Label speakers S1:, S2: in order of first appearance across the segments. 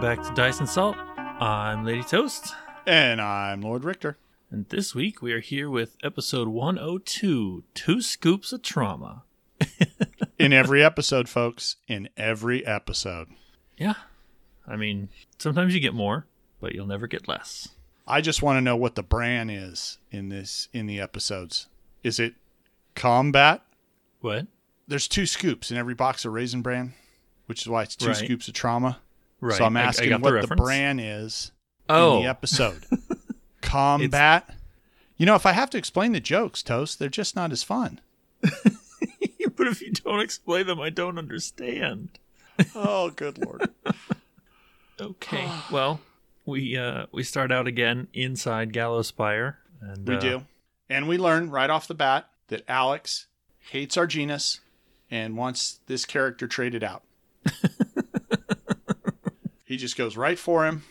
S1: back to Dice and Salt. I'm Lady Toast,
S2: And I'm Lord Richter.
S1: and this week we are here with episode 102 Two Scoops of Trauma.
S2: In every episode, folks, in every episode.
S1: Yeah. I mean, sometimes you get more, but you'll never get less.
S2: I just want to know what the brand is in this in the episodes. Is it combat?
S1: What?
S2: There's two scoops in every box of raisin bran, which is why it's two
S1: Right.
S2: scoops of trauma.
S1: Right.
S2: So I'm
S1: I- I
S2: asking
S1: got
S2: what the,
S1: reference.
S2: brand is
S1: Oh,
S2: in the episode. combat. You know, if I have to explain the jokes, Toast, they're just not as fun.
S1: but if you don't explain them, I don't understand.
S2: Oh, good lord.
S1: Okay. well, we uh we start out again inside Gallows Spire, and
S2: We
S1: uh,
S2: do. And we learn right off the bat that Alex hates our genus and wants this character traded out. he just goes right for him,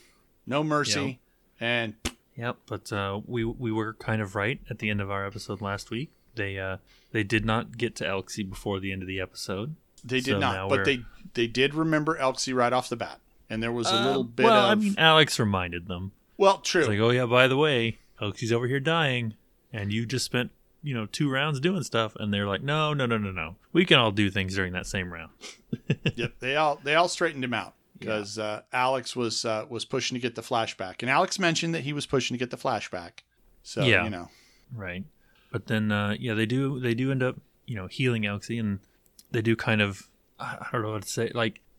S2: no mercy, and
S1: Yep, but uh, we we were kind of right at the end of our episode last week. They uh, they did not get to Elxie before the end of the episode.
S2: they did
S1: So now
S2: not. But
S1: we're-
S2: they they did remember Elxie right off the bat. And there was a little bit
S1: Uh, well,
S2: of
S1: I mean, Alex reminded them.
S2: well, true.
S1: It's like, oh yeah, by the way, Elxie's over here dying, and you just spent you know two rounds doing stuff, and they're like, no, no, no, no, no, we can all do things during that same round.
S2: yep, they all they all straightened him out because uh, Alex was uh, was pushing to get the flashback, and Alex mentioned that he was pushing to get the flashback. So
S1: Yeah.
S2: you know,
S1: Right. But then uh yeah, they do they do end up, you know, healing Elxie and they do kind of I I don't know what to say, like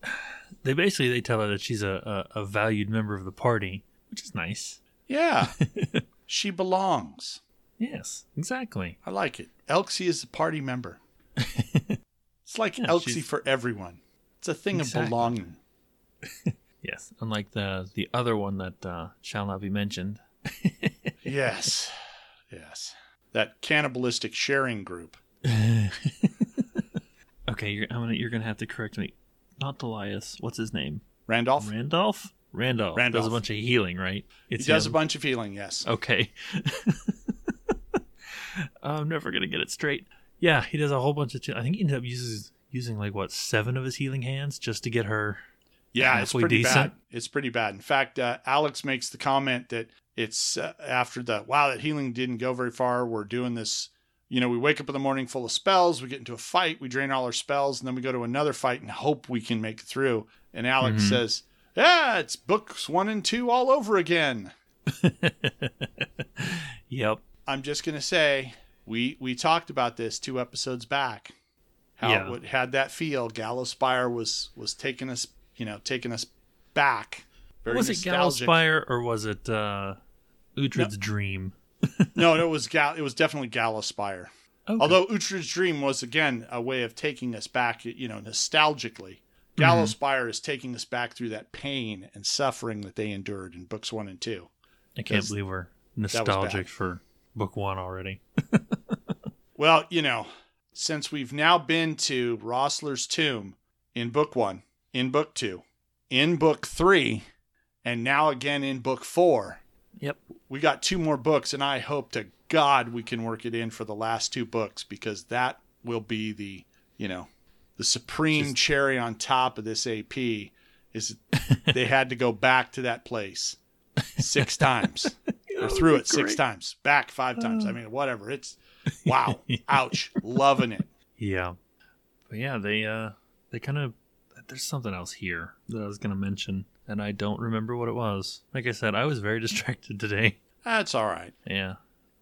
S1: they basically they tell her that she's a, a, a valued member of the party, which is nice.
S2: yeah, she belongs.
S1: Yes, exactly.
S2: I like it. Elxie is a party member. it's like
S1: Yeah,
S2: Elxie
S1: she's-
S2: for everyone. It's a thing
S1: Exactly.
S2: of belonging.
S1: Yes. Unlike the the other one that uh shall not be mentioned.
S2: Yes. Yes. That cannibalistic sharing group.
S1: Okay, you're I'm gonna you're gonna have to correct me. Not Delias, what's his name?
S2: Randolph?
S1: Randolph? Randolph.
S2: Randolph.
S1: Does a bunch of healing, right?
S2: he
S1: It's
S2: does a
S1: him.
S2: bunch of healing, yes.
S1: Okay. I'm never gonna get it straight. Yeah, he does a whole bunch of. I think he ended up uses using like what seven of his healing hands just to get her.
S2: yeah, it's
S1: halfway
S2: pretty bad.
S1: decent.
S2: It's pretty bad. In fact, uh, Alex makes the comment that it's uh, after the wow, that healing didn't go very far. We're doing this. You know, we wake up in the morning full of spells. We get into a fight. We drain all our spells, and then we go to another fight and hope we can make it through. And Alex
S1: Mhm.
S2: says, "Yeah, it's books one and two all over again."
S1: Yep.
S2: I'm just gonna say we we talked about this two episodes back. How
S1: Yeah.
S2: it would, had that feel? Gallows Spire was was taking us, you know, taking us back. Very
S1: was it
S2: nostalgic.
S1: Gallowspire or was it uh Uhtred's dream?
S2: no, no, it was Gal. It was definitely Galaspire.
S1: Okay.
S2: Although Uhtred's dream was again a way of taking us back, you know, nostalgically.
S1: Mm-hmm.
S2: Galaspire is taking us back through that pain and suffering that they endured in books one and two.
S1: I can't
S2: that's-
S1: believe we're
S2: was bad.
S1: nostalgic for book one already.
S2: Well, you know, since we've now been to Rossler's tomb in book one, in book two, in book three, and now again in book four,
S1: Yep.
S2: we got two more books, and I hope to God we can work it in for the last two books because that will be the, you know, the supreme
S1: Just-
S2: cherry on top of this AP is they had to go back to that place six times or through it six times, back five times.
S1: Oh.
S2: I mean, whatever. It's wow, ouch, loving it.
S1: Yeah. But yeah, they uh they kind of there's something else here that I was gonna mention and I don't remember what it was. Like I said, I was very distracted today.
S2: That's all right.
S1: Yeah.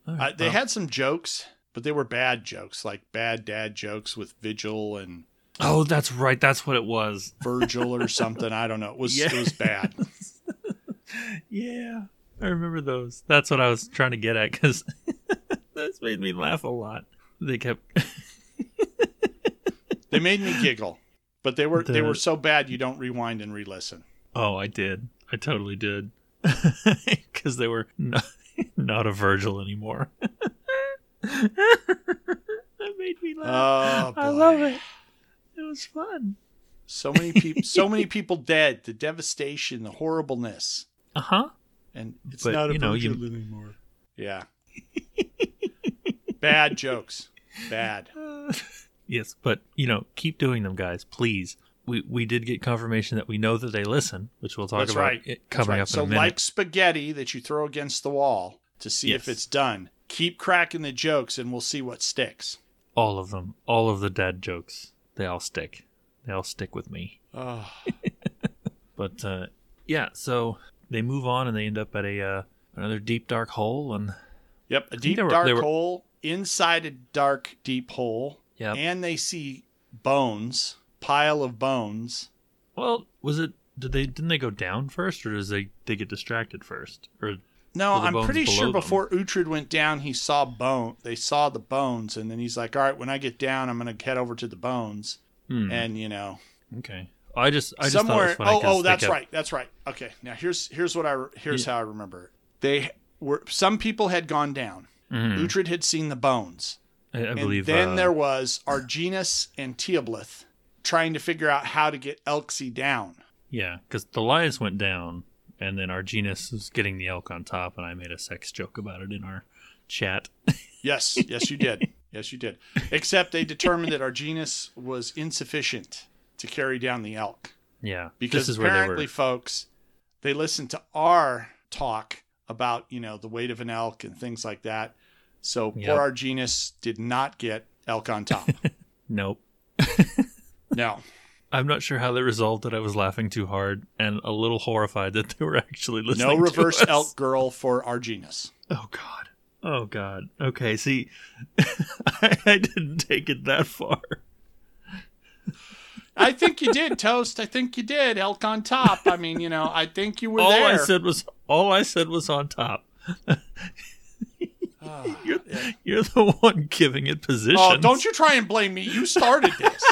S1: All
S2: Uh,
S1: right,
S2: they
S1: well,
S2: had some jokes, but they were bad jokes, like bad dad jokes with Vigil and
S1: Oh, that's right. That's what it was.
S2: Virgil or something. I don't know. It was
S1: Yeah.
S2: it was bad.
S1: Yeah, I remember those. That's what I was trying to get at because those made me laugh a lot. They kept.
S2: They made me giggle, but they were they
S1: The-
S2: were so bad you don't rewind and re-listen.
S1: Oh, I did. I totally did. Because they were not, not a Virgil anymore. that made me laugh.
S2: Oh,
S1: I
S2: boy.
S1: love it. It was fun.
S2: So many people, so many people dead. The devastation, the horribleness,
S1: Uh huh.
S2: and it's
S1: But,
S2: not a
S1: you know, you-
S2: Virgil anymore. Yeah, bad jokes, bad.
S1: yes, but you know, keep doing them, guys. Please, we we did get confirmation that we know that they listen, which we'll talk
S2: That's
S1: about
S2: right.
S1: it
S2: That's
S1: coming
S2: right.
S1: up in
S2: so
S1: a minute.
S2: like spaghetti that you throw against the wall to see if
S1: Yes.
S2: it's done. Keep cracking the jokes and we'll see what sticks.
S1: all of them, all of the dad jokes, they all stick. They all stick with me.
S2: Oh,
S1: But uh, yeah, so they move on and they end up at a uh, another deep dark hole, and
S2: yep, a deep
S1: they were-
S2: dark
S1: they were-
S2: hole inside a dark deep hole,
S1: yeah,
S2: and they see bones, pile of bones.
S1: well, was it? Did they didn't they go down first, or does they they get distracted first? Or
S2: No,
S1: Were the
S2: I'm
S1: bones
S2: pretty
S1: below
S2: sure
S1: them?
S2: before Uhtred went down, he saw bone. They saw the bones, and then he's like, "All right, when I get down, I'm gonna head over to the bones."
S1: Hmm,
S2: And you know,
S1: okay, I just I just
S2: somewhere.
S1: thought it was funny
S2: oh,
S1: 'cause
S2: oh,
S1: they
S2: that's
S1: kept-
S2: right. That's right. Okay. Now here's here's what I re- here's how I remember. it. They were some people had gone down.
S1: Mhm.
S2: Uhtred had seen the bones.
S1: I, I
S2: Mm-hmm. And
S1: believe
S2: then
S1: uh,
S2: there was Arginus and Teoblith trying to figure out how to get Elxie down.
S1: Yeah, because the lions went down, and then our genus was getting the elk on top, and I made a sex joke about it in our chat.
S2: Yes, yes you did. Yes you did. Except they determined that Arginus was insufficient to carry down the elk
S1: Yeah,
S2: because
S1: this is where they
S2: apparently
S1: were.
S2: folks they listened to our talk about, you know, the weight of an elk and things like that. So
S1: Yep.
S2: poor Arginus did not get elk on top.
S1: Nope.
S2: no.
S1: I'm not sure how they resolved it. I was laughing too hard and a little horrified that they were actually listening.
S2: No
S1: to
S2: reverse
S1: us.
S2: elk girl for Arginus.
S1: Oh God. Oh God. Okay. See, I, I didn't take it that far.
S2: I think you did, Toast. I think you did. Elk on top. I mean, you know, I think you were
S1: all
S2: there.
S1: Oh, I said was all I said was on top.
S2: Ah.
S1: You're, you're the one giving it position.
S2: oh, don't you try and blame me. You started this.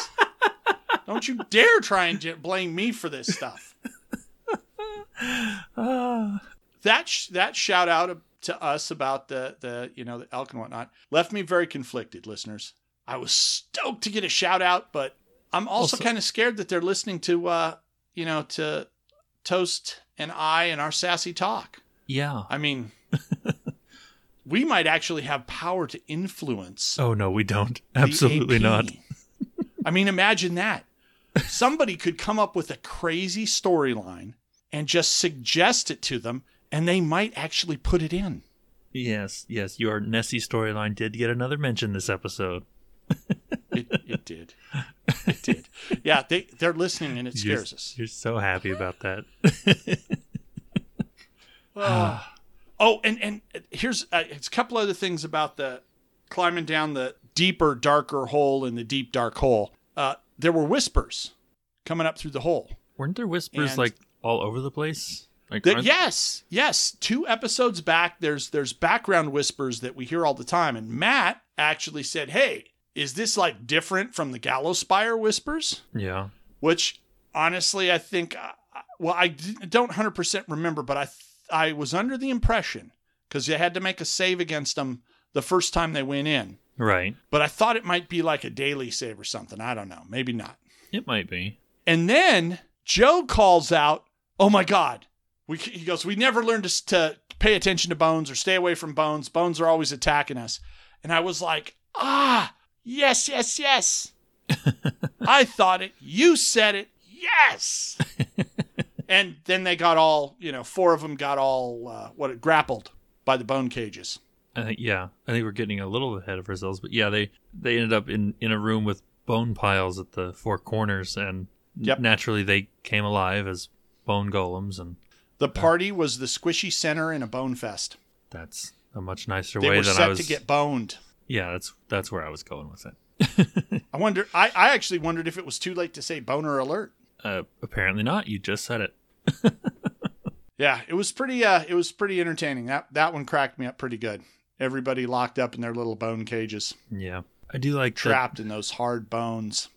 S2: don't you dare try and j- blame me for this stuff.
S1: Ah.
S2: That sh- that shout out to us about the the you know the elk and whatnot left me very conflicted, listeners. I was stoked to get a shout out, but I'm also,
S1: Also-
S2: kind of scared that they're listening to uh you know to Toast and I and our sassy talk.
S1: yeah.
S2: I mean, we might actually have power to influence.
S1: Oh no, we don't.
S2: the
S1: Absolutely
S2: AP.
S1: not.
S2: I mean, imagine that. Somebody could come up with a crazy storyline and just suggest it to them, and they might actually put it in.
S1: Yes, yes. Your Nessie storyline did get another mention this episode.
S2: It, it did. It did. Yeah, they, they're listening, and it
S1: You're-
S2: scares us.
S1: You're so happy about that.
S2: Ah. oh, and and here's uh, it's a couple other things about the climbing down the deeper, darker hole in the deep, dark hole. Uh, there were whispers coming up through the hole.
S1: Weren't there whispers
S2: And-
S1: like all over the place? Like
S2: That-
S1: aren't-
S2: yes, yes. Two episodes back, there's there's background whispers that we hear all the time, and Matt actually said, "Hey, is this like different from the Gallows Spire whispers?"
S1: yeah.
S2: Which honestly, I think, I- I- well, I d- don't hundred percent remember, but I th- I was under the impression because they had to make a save against them the first time they went in,
S1: Right.
S2: but I thought it might be like a daily save or something. I don't know, maybe not.
S1: It might be.
S2: And then Joe calls out, "Oh my God!" We, he goes, "We never learned to, to pay attention to bones or stay away from bones. Bones are always attacking us." And I was like, "Ah, yes, yes, yes." I thought it. You said it. Yes. and then they got all, you know, four of them got all uh, what grappled by the bone cages.
S1: I think yeah. I think we're getting a little ahead of ourselves, but yeah, they they ended up in in a room with bone piles at the four corners, and
S2: Yep.
S1: naturally they came alive as bone golems, and
S2: The party was the squishy center in a bone fest.
S1: that's a much nicer
S2: They
S1: way
S2: were
S1: than
S2: set
S1: I was.
S2: to get boned.
S1: yeah, that's that's where I was going with it.
S2: I wonder. I, I actually wondered if it was too late to say boner alert.
S1: Uh, apparently not. You just said it.
S2: Yeah, it was pretty. Uh, it was pretty entertaining. That that one cracked me up pretty good. Everybody locked up in their little bone cages,
S1: Yeah, I do like that-
S2: trapped in those hard bones.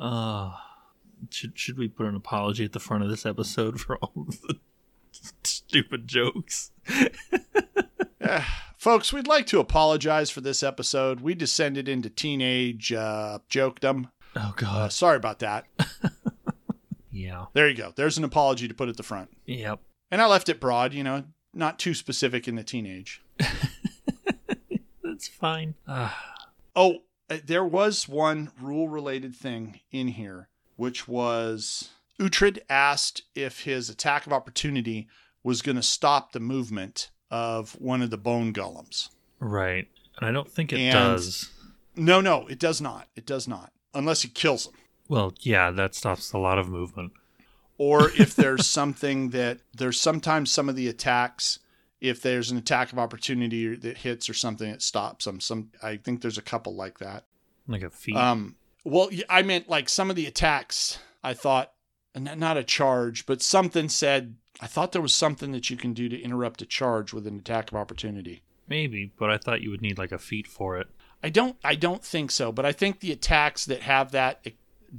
S1: Uh, should should we put an apology at the front of this episode for all of the stupid jokes?
S2: Folks, we'd like to apologize for this episode. We descended into teenage uh, jokedom.
S1: Oh
S2: Uh,
S1: God.
S2: sorry about that.
S1: Yeah.
S2: There you go. There's an apology to put at the front,
S1: Yep.
S2: and I left it broad. You know, not too specific in the teenage.
S1: That's fine. Uh,
S2: Oh, uh, there was one rule related thing in here, which was Uhtred asked if his attack of opportunity was going to stop the movement of one of the bone golems.
S1: Right. And I don't think it
S2: And-
S1: does.
S2: No, no, it does not. It does not. Unless he kills him.
S1: Well, yeah, that stops a lot of movement.
S2: or if there's something that there's sometimes some of the attacks if there's an attack of opportunity that hits or something it stops them some i think there's a couple like that
S1: Like a feet.
S2: um well y- i meant like some of the attacks i thought n- not a charge but something said i thought there was something that you can do to interrupt a charge with an attack of opportunity
S1: Maybe, but I thought you would need like a feet for it.
S2: i don't i don't think so but i think the attacks that have that eh,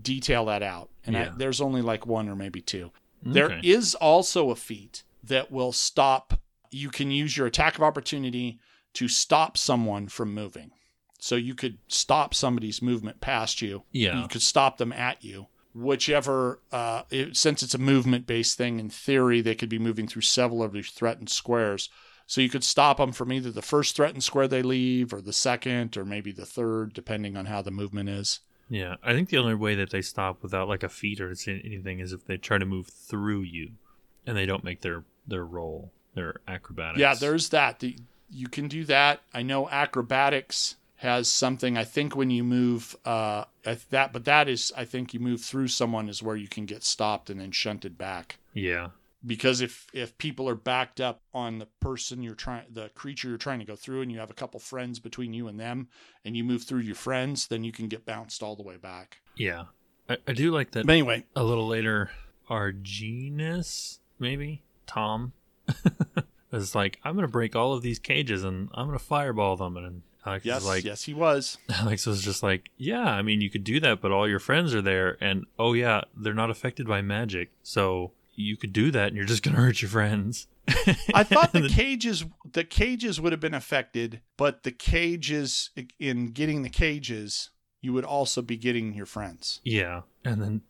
S2: detail that out and I,
S1: Yeah.
S2: there's only like one or maybe two There
S1: Okay.
S2: is also a feat that will stop. You can use your attack of opportunity to stop someone from moving. So you could stop somebody's movement past you.
S1: Yeah.
S2: You could stop them at you. Whichever, uh, it, since it's a movement based thing, in theory, they could be moving through several of these threatened squares. So you could stop them from either the first threatened square they leave or the second or maybe the third, depending on how the movement is.
S1: Yeah, I think the only way that they stop without like a feat or s- anything is if they try to move through you, and they don't make their their roll, their acrobatics.
S2: Yeah, there's that. The, you can do that. I know acrobatics has something. I think when you move uh, I- that, but that is, I think you move through someone is where you can get stopped and then shunted back.
S1: yeah,
S2: Because if if people are backed up on the person you're trying, the creature you're trying to go through, and you have a couple friends between you and them, and you move through your friends, then you can get bounced all the way back.
S1: yeah. I, I do like that.
S2: But anyway,
S1: A little later, our genus maybe Tom is like, I'm gonna break all of these cages and I'm gonna fireball them, and Alex
S2: yes,
S1: is like,
S2: yes, he was.
S1: Alex was just like, yeah, I mean, you could do that, but all your friends are there, and oh yeah, they're not affected by magic, so you could do that, and you're just gonna hurt your friends.
S2: I thought the cages the cages would have been affected, but the cages in getting the cages, you would also be getting your friends.
S1: Yeah, and then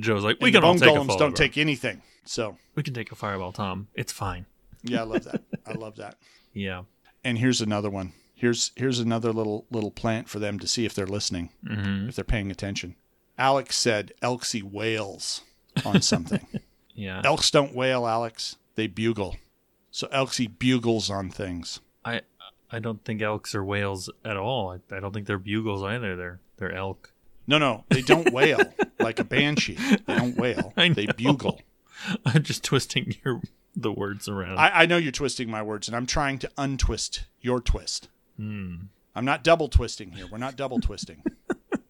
S1: Joe's like,
S2: And
S1: "We
S2: the
S1: can all
S2: bone
S1: take a
S2: golems
S1: fireball.
S2: don't take anything. So
S1: We can take a fireball, Tom. It's fine."
S2: yeah, I love that. I love that.
S1: Yeah.
S2: And here's another one. Here's here's another little little plant for them to see if they're listening,
S1: hmm
S2: if they're paying attention. Alex said Elksy wails on something.
S1: Yeah.
S2: Elks don't wail, Alex. They bugle. So Elksy bugles on things.
S1: I I don't think elks are whales at all. I, I don't think they're bugles either. They're they're elk.
S2: No, no, they don't wail like a banshee. They don't wail.
S1: I
S2: They
S1: know.
S2: bugle.
S1: I'm just twisting your the words around.
S2: I, I know you're twisting my words, and I'm trying to untwist your twist.
S1: Hmm.
S2: I'm not double twisting here. We're not double twisting.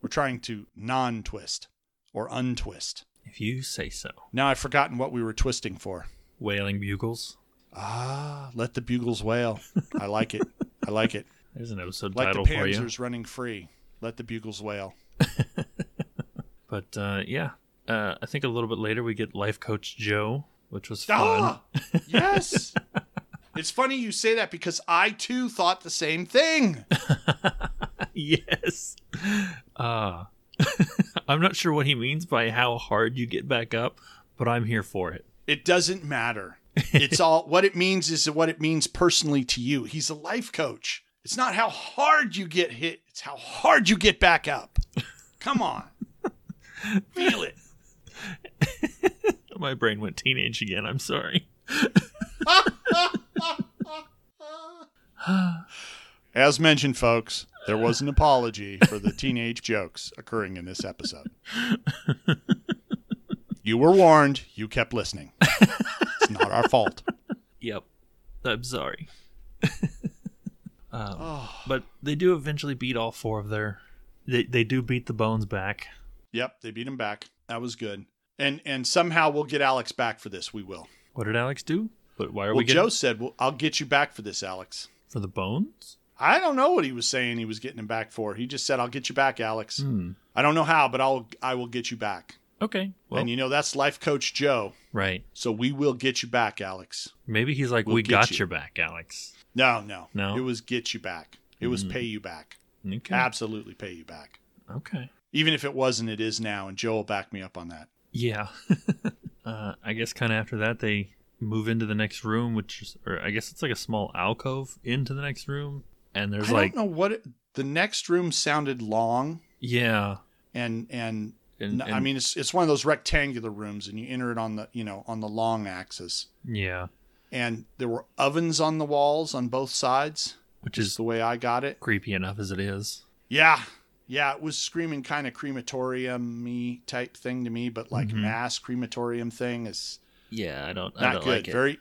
S2: We're trying to non twist or untwist.
S1: If you say so.
S2: Now I've forgotten what we were twisting for.
S1: Wailing bugles.
S2: Ah, let the bugles wail. I like it. I like it.
S1: There's an episode
S2: Like
S1: title
S2: the
S1: for you.
S2: panzers running free. Let the bugles wail.
S1: But uh, yeah, uh, I think a little bit later we get life coach Joe, which was fun.
S2: Ah, yes. It's funny you say that because I too thought the same thing.
S1: yes. Uh, I'm not sure what he means by how hard you get back up, but I'm here for it.
S2: It doesn't matter. It's all what it means is what it means personally to you. He's a life coach. It's not how hard you get hit, it's how hard you get back up. Come on. Feel it.
S1: My brain went teenage again. I'm sorry.
S2: As mentioned, folks, there was an apology for the teenage jokes occurring in this episode. You were warned, you kept listening. It's not our fault.
S1: Yep. I'm sorry. um,
S2: Oh.
S1: but they do eventually beat all four of their. They, they do beat the bones back.
S2: Yep, they beat him back. That was good. And and somehow we'll get Alex back for this. We will.
S1: What did Alex do? But why are
S2: well,
S1: we getting
S2: Joe said, "Well, I'll get you back for this, Alex."
S1: for the bones?
S2: I don't know what he was saying. He was getting him back for. He just said, "I'll get you back, Alex."
S1: Hmm.
S2: I don't know how, but I'll I will get you back.
S1: Okay. Well,
S2: and you know that's life coach Joe.
S1: right.
S2: So we will get you back, Alex.
S1: Maybe he's like,
S2: We'll
S1: we
S2: get
S1: got
S2: you."
S1: your back, Alex.
S2: No, no,
S1: No?
S2: It was get you back. It was
S1: Mm.
S2: pay you back.
S1: Okay.
S2: Absolutely pay you back.
S1: okay.
S2: Even if it wasn't, it is now, and Joe will back me up on that.
S1: Yeah. uh, I guess kind of after that, they move into the next room, which is, or I guess it's like a small alcove into the next room. And there's
S2: I
S1: like,
S2: don't know what it, The next room sounded long
S1: Yeah.
S2: and and,
S1: And,
S2: I
S1: and-
S2: mean it's it's one of those rectangular rooms and you enter it on the you know on the long axis.
S1: yeah,
S2: And there were ovens on the walls on both sides.
S1: which
S2: Just
S1: is
S2: the way I got it.
S1: creepy enough as it is.
S2: Yeah. Yeah, it was screaming kind of crematorium y type thing to me, but like
S1: Mhm.
S2: mass crematorium thing is
S1: Yeah, I don't. I
S2: not
S1: don't
S2: good.
S1: like it.
S2: very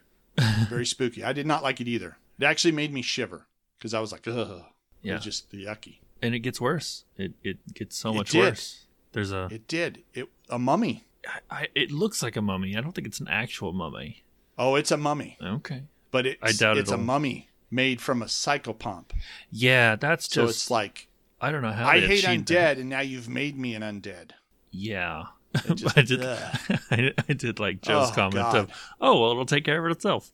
S2: very spooky. I did not like it either. It actually made me shiver because I was like, ugh. It
S1: Yeah.
S2: was just yucky.
S1: and it gets worse. It it gets so
S2: It
S1: much
S2: did.
S1: worse. There's a.
S2: It did. It a mummy.
S1: I, it looks like a mummy. I don't think it's an actual mummy.
S2: Oh, it's a mummy.
S1: Okay.
S2: But it's
S1: I doubt
S2: it's a
S1: it'll-
S2: mummy made from a psychopomp.
S1: Yeah, that's
S2: So
S1: just.
S2: it's like
S1: I don't know how
S2: I
S1: they
S2: hate undead
S1: achieved that.
S2: and now you've made me an undead.
S1: Yeah.
S2: It just-
S1: I did.
S2: ugh.
S1: I, I did like Joe's
S2: Oh,
S1: comment
S2: God.
S1: of, "Oh well, it'll take care of it itself."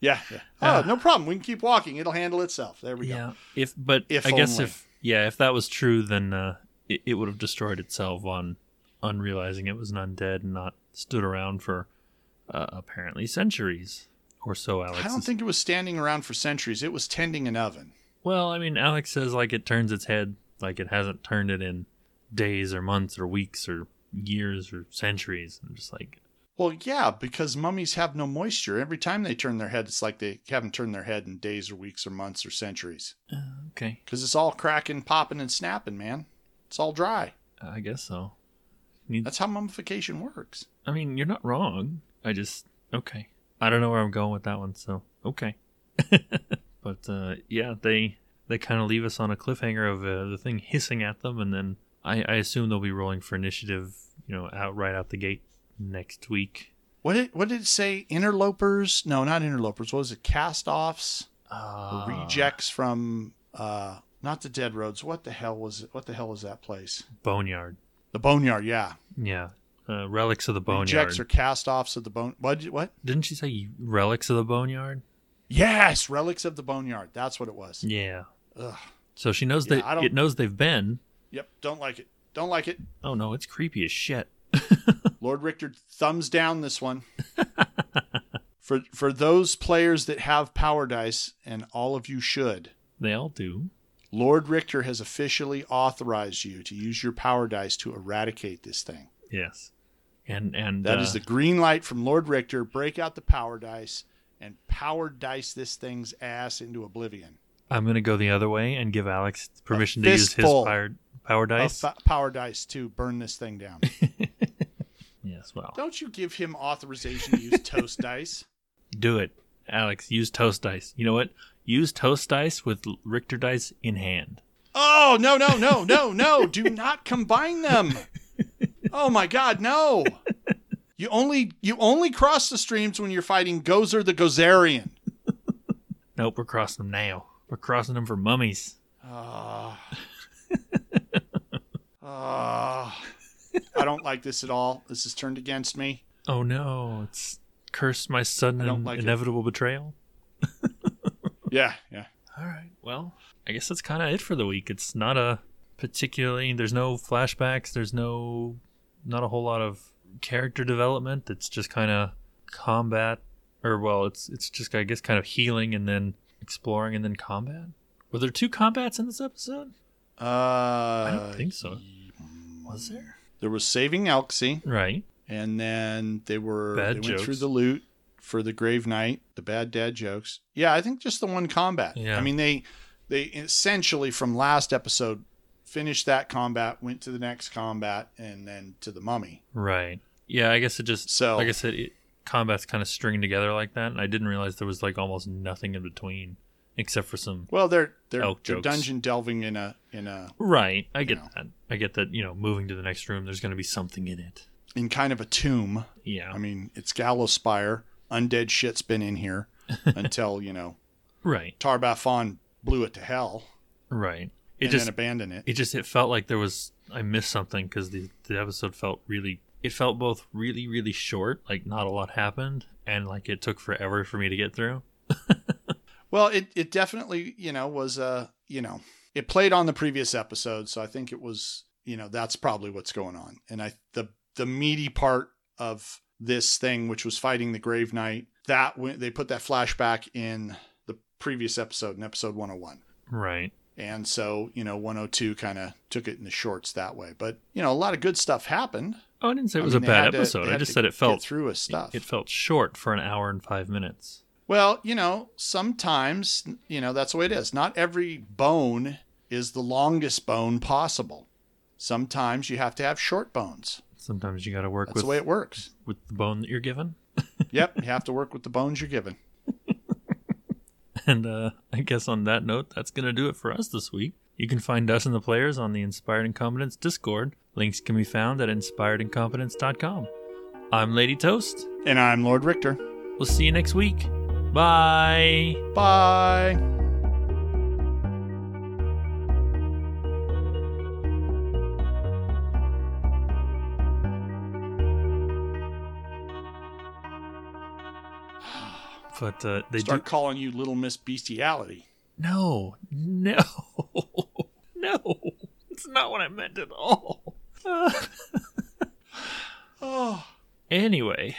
S2: Yeah. Oh, no problem. We can keep walking. It'll handle itself. There we go.
S1: Yeah. If but
S2: If
S1: I guess
S2: only.
S1: if yeah, if that was true, then uh, it, it would have destroyed itself on on realizing it was an undead and not stood around for uh, apparently centuries or so. Alex.
S2: I don't
S1: is-
S2: think it was standing around for centuries. It was tending an oven.
S1: Well, I mean, Alex says like it turns its head, like it hasn't turned it in days or months or weeks or years or centuries. I'm just like,
S2: Well, yeah, because mummies have no moisture. Every time they turn their head, it's like they haven't turned their head in days or weeks or months or centuries.
S1: okay,
S2: Because it's all cracking, popping, and snapping, man. It's all dry.
S1: I guess so.
S2: That's how mummification works.
S1: I mean, you're not wrong. I just okay. I don't know where I'm going with that one, so okay. but uh, yeah, they they kind of leave us on a cliffhanger of uh, the thing hissing at them, and then I, I assume they'll be rolling for initiative, you know, out right out the gate next week.
S2: What did what did it say? Interlopers? No, not interlopers. What was it? Cast offs? Ah.
S1: Uh,
S2: Rejects from uh not the dead roads. What the hell was it? What the hell was that place?
S1: boneyard.
S2: The boneyard, yeah.
S1: Yeah, uh, relics of the boneyard.
S2: Rejects or cast offs of the bone what did- what?
S1: Didn't she say relics of the boneyard?
S2: Yes, relics of the boneyard. That's what it was.
S1: Yeah.
S2: Ugh.
S1: So she knows
S2: Yeah,
S1: that
S2: I don't-
S1: it knows they've been.
S2: Yep, don't like it. Don't like it.
S1: Oh no, it's creepy as shit.
S2: Lord Richter thumbs down this one. for for those players that have power dice, and all of you should,
S1: They all do.
S2: Lord Richter has officially authorized you to use your power dice to eradicate this thing.
S1: Yes. And and
S2: That is
S1: uh,
S2: the green light from Lord Richter. Break out the power dice and power dice this thing's ass into oblivion.
S1: I'm gonna go the other way and give Alex permission to use his
S2: fistful
S1: power power
S2: A
S1: dice.
S2: fa- power dice to burn this thing down.
S1: yes. Well,
S2: Don't you give him authorization to use toast dice?
S1: do it, Alex. Use toast dice. You know what? Use toast dice with Richter dice in hand.
S2: Oh, no, no, no, no, no. Do not combine them. Oh my god, no. You only you only cross the streams when you're fighting Gozer the Gozerian.
S1: Nope, we're crossing them now. We're crossing them for mummies.
S2: Ah. Ah. I don't like this at all. This is turned against me.
S1: Oh no, it's curse my sudden
S2: I don't
S1: and
S2: like it.
S1: inevitable betrayal.
S2: Yeah, yeah.
S1: All right. Well, I guess that's kind of it for the week. It's not a particularly there's no flashbacks, there's no not a whole lot of character development. It's just kind of combat or well, it's it's just I guess kind of healing and then exploring and then combat. Were there two combats in this episode?
S2: Uh
S1: don't think so. Was there?
S2: There Uh, was saving Elxie,
S1: Right.
S2: and then they were
S1: Bad
S2: they went
S1: jokes.
S2: through the loot for the Grave Knight, the bad dad jokes. Yeah, I think just the one combat.
S1: Yeah.
S2: I mean they they essentially from last episode finished that combat, went to the next combat, and then to the mummy.
S1: Right. Yeah, I guess it just
S2: So-
S1: like I said it, combat's kind of stringing together like that. And I didn't realize there was like almost nothing in between except for some
S2: Well, they're they're,
S1: Elk
S2: they're
S1: jokes.
S2: dungeon delving in a in a
S1: Right. I get
S2: know.
S1: that. I get that, you know, moving to the next room, there's going to be something in it.
S2: in kind of a tomb.
S1: Yeah.
S2: I mean, it's Gallows Spire. Undead shit's been in here until, you know,
S1: right.
S2: Tarbafon blew it to hell
S1: Right. It
S2: and
S1: just,
S2: then abandoned it.
S1: it just, it felt like there was, I missed something because the, the episode felt really, it felt both really, really short, like not a lot happened, and like it took forever for me to get through.
S2: Well, it, it definitely, you know, was, uh, you know, it played on the previous episode. So I think it was, you know, that's probably what's going on. And I, the, the meaty part of this thing, which was fighting the Grave Knight, that went, they put that flashback in the previous episode in episode 101.
S1: Right.
S2: And so, you know, 102 kind of took it in the shorts that way. But, you know, a lot of good stuff happened.
S1: Oh, I didn't say it
S2: I
S1: was
S2: mean,
S1: a
S2: they had
S1: bad
S2: to-
S1: episode.
S2: they
S1: I
S2: had
S1: just
S2: to
S1: said it
S2: get
S1: felt
S2: through with stuff.
S1: it felt short for an hour and five minutes.
S2: Well, you know, sometimes, you know, that's the way it is. Not every bone is the longest bone possible. Sometimes you have to have short bones.
S1: Sometimes you got to work
S2: That's
S1: with
S2: the way it works.
S1: with the bone that you're given,
S2: yep, you have to work with the bones you're given.
S1: and uh, I guess on that note, that's gonna do it for us this week. You can find us and the players on the Inspired Incompetence Discord. Links can be found at inspiredincompetence.com. I'm Lady Toast.
S2: And I'm Lord Richter.
S1: We'll see you next week. Bye.
S2: Bye.
S1: But uh, they
S2: Start
S1: do.
S2: calling you Little Miss Bestiality.
S1: No, no, no. It's not what I meant at all.
S2: Oh.
S1: Anyway.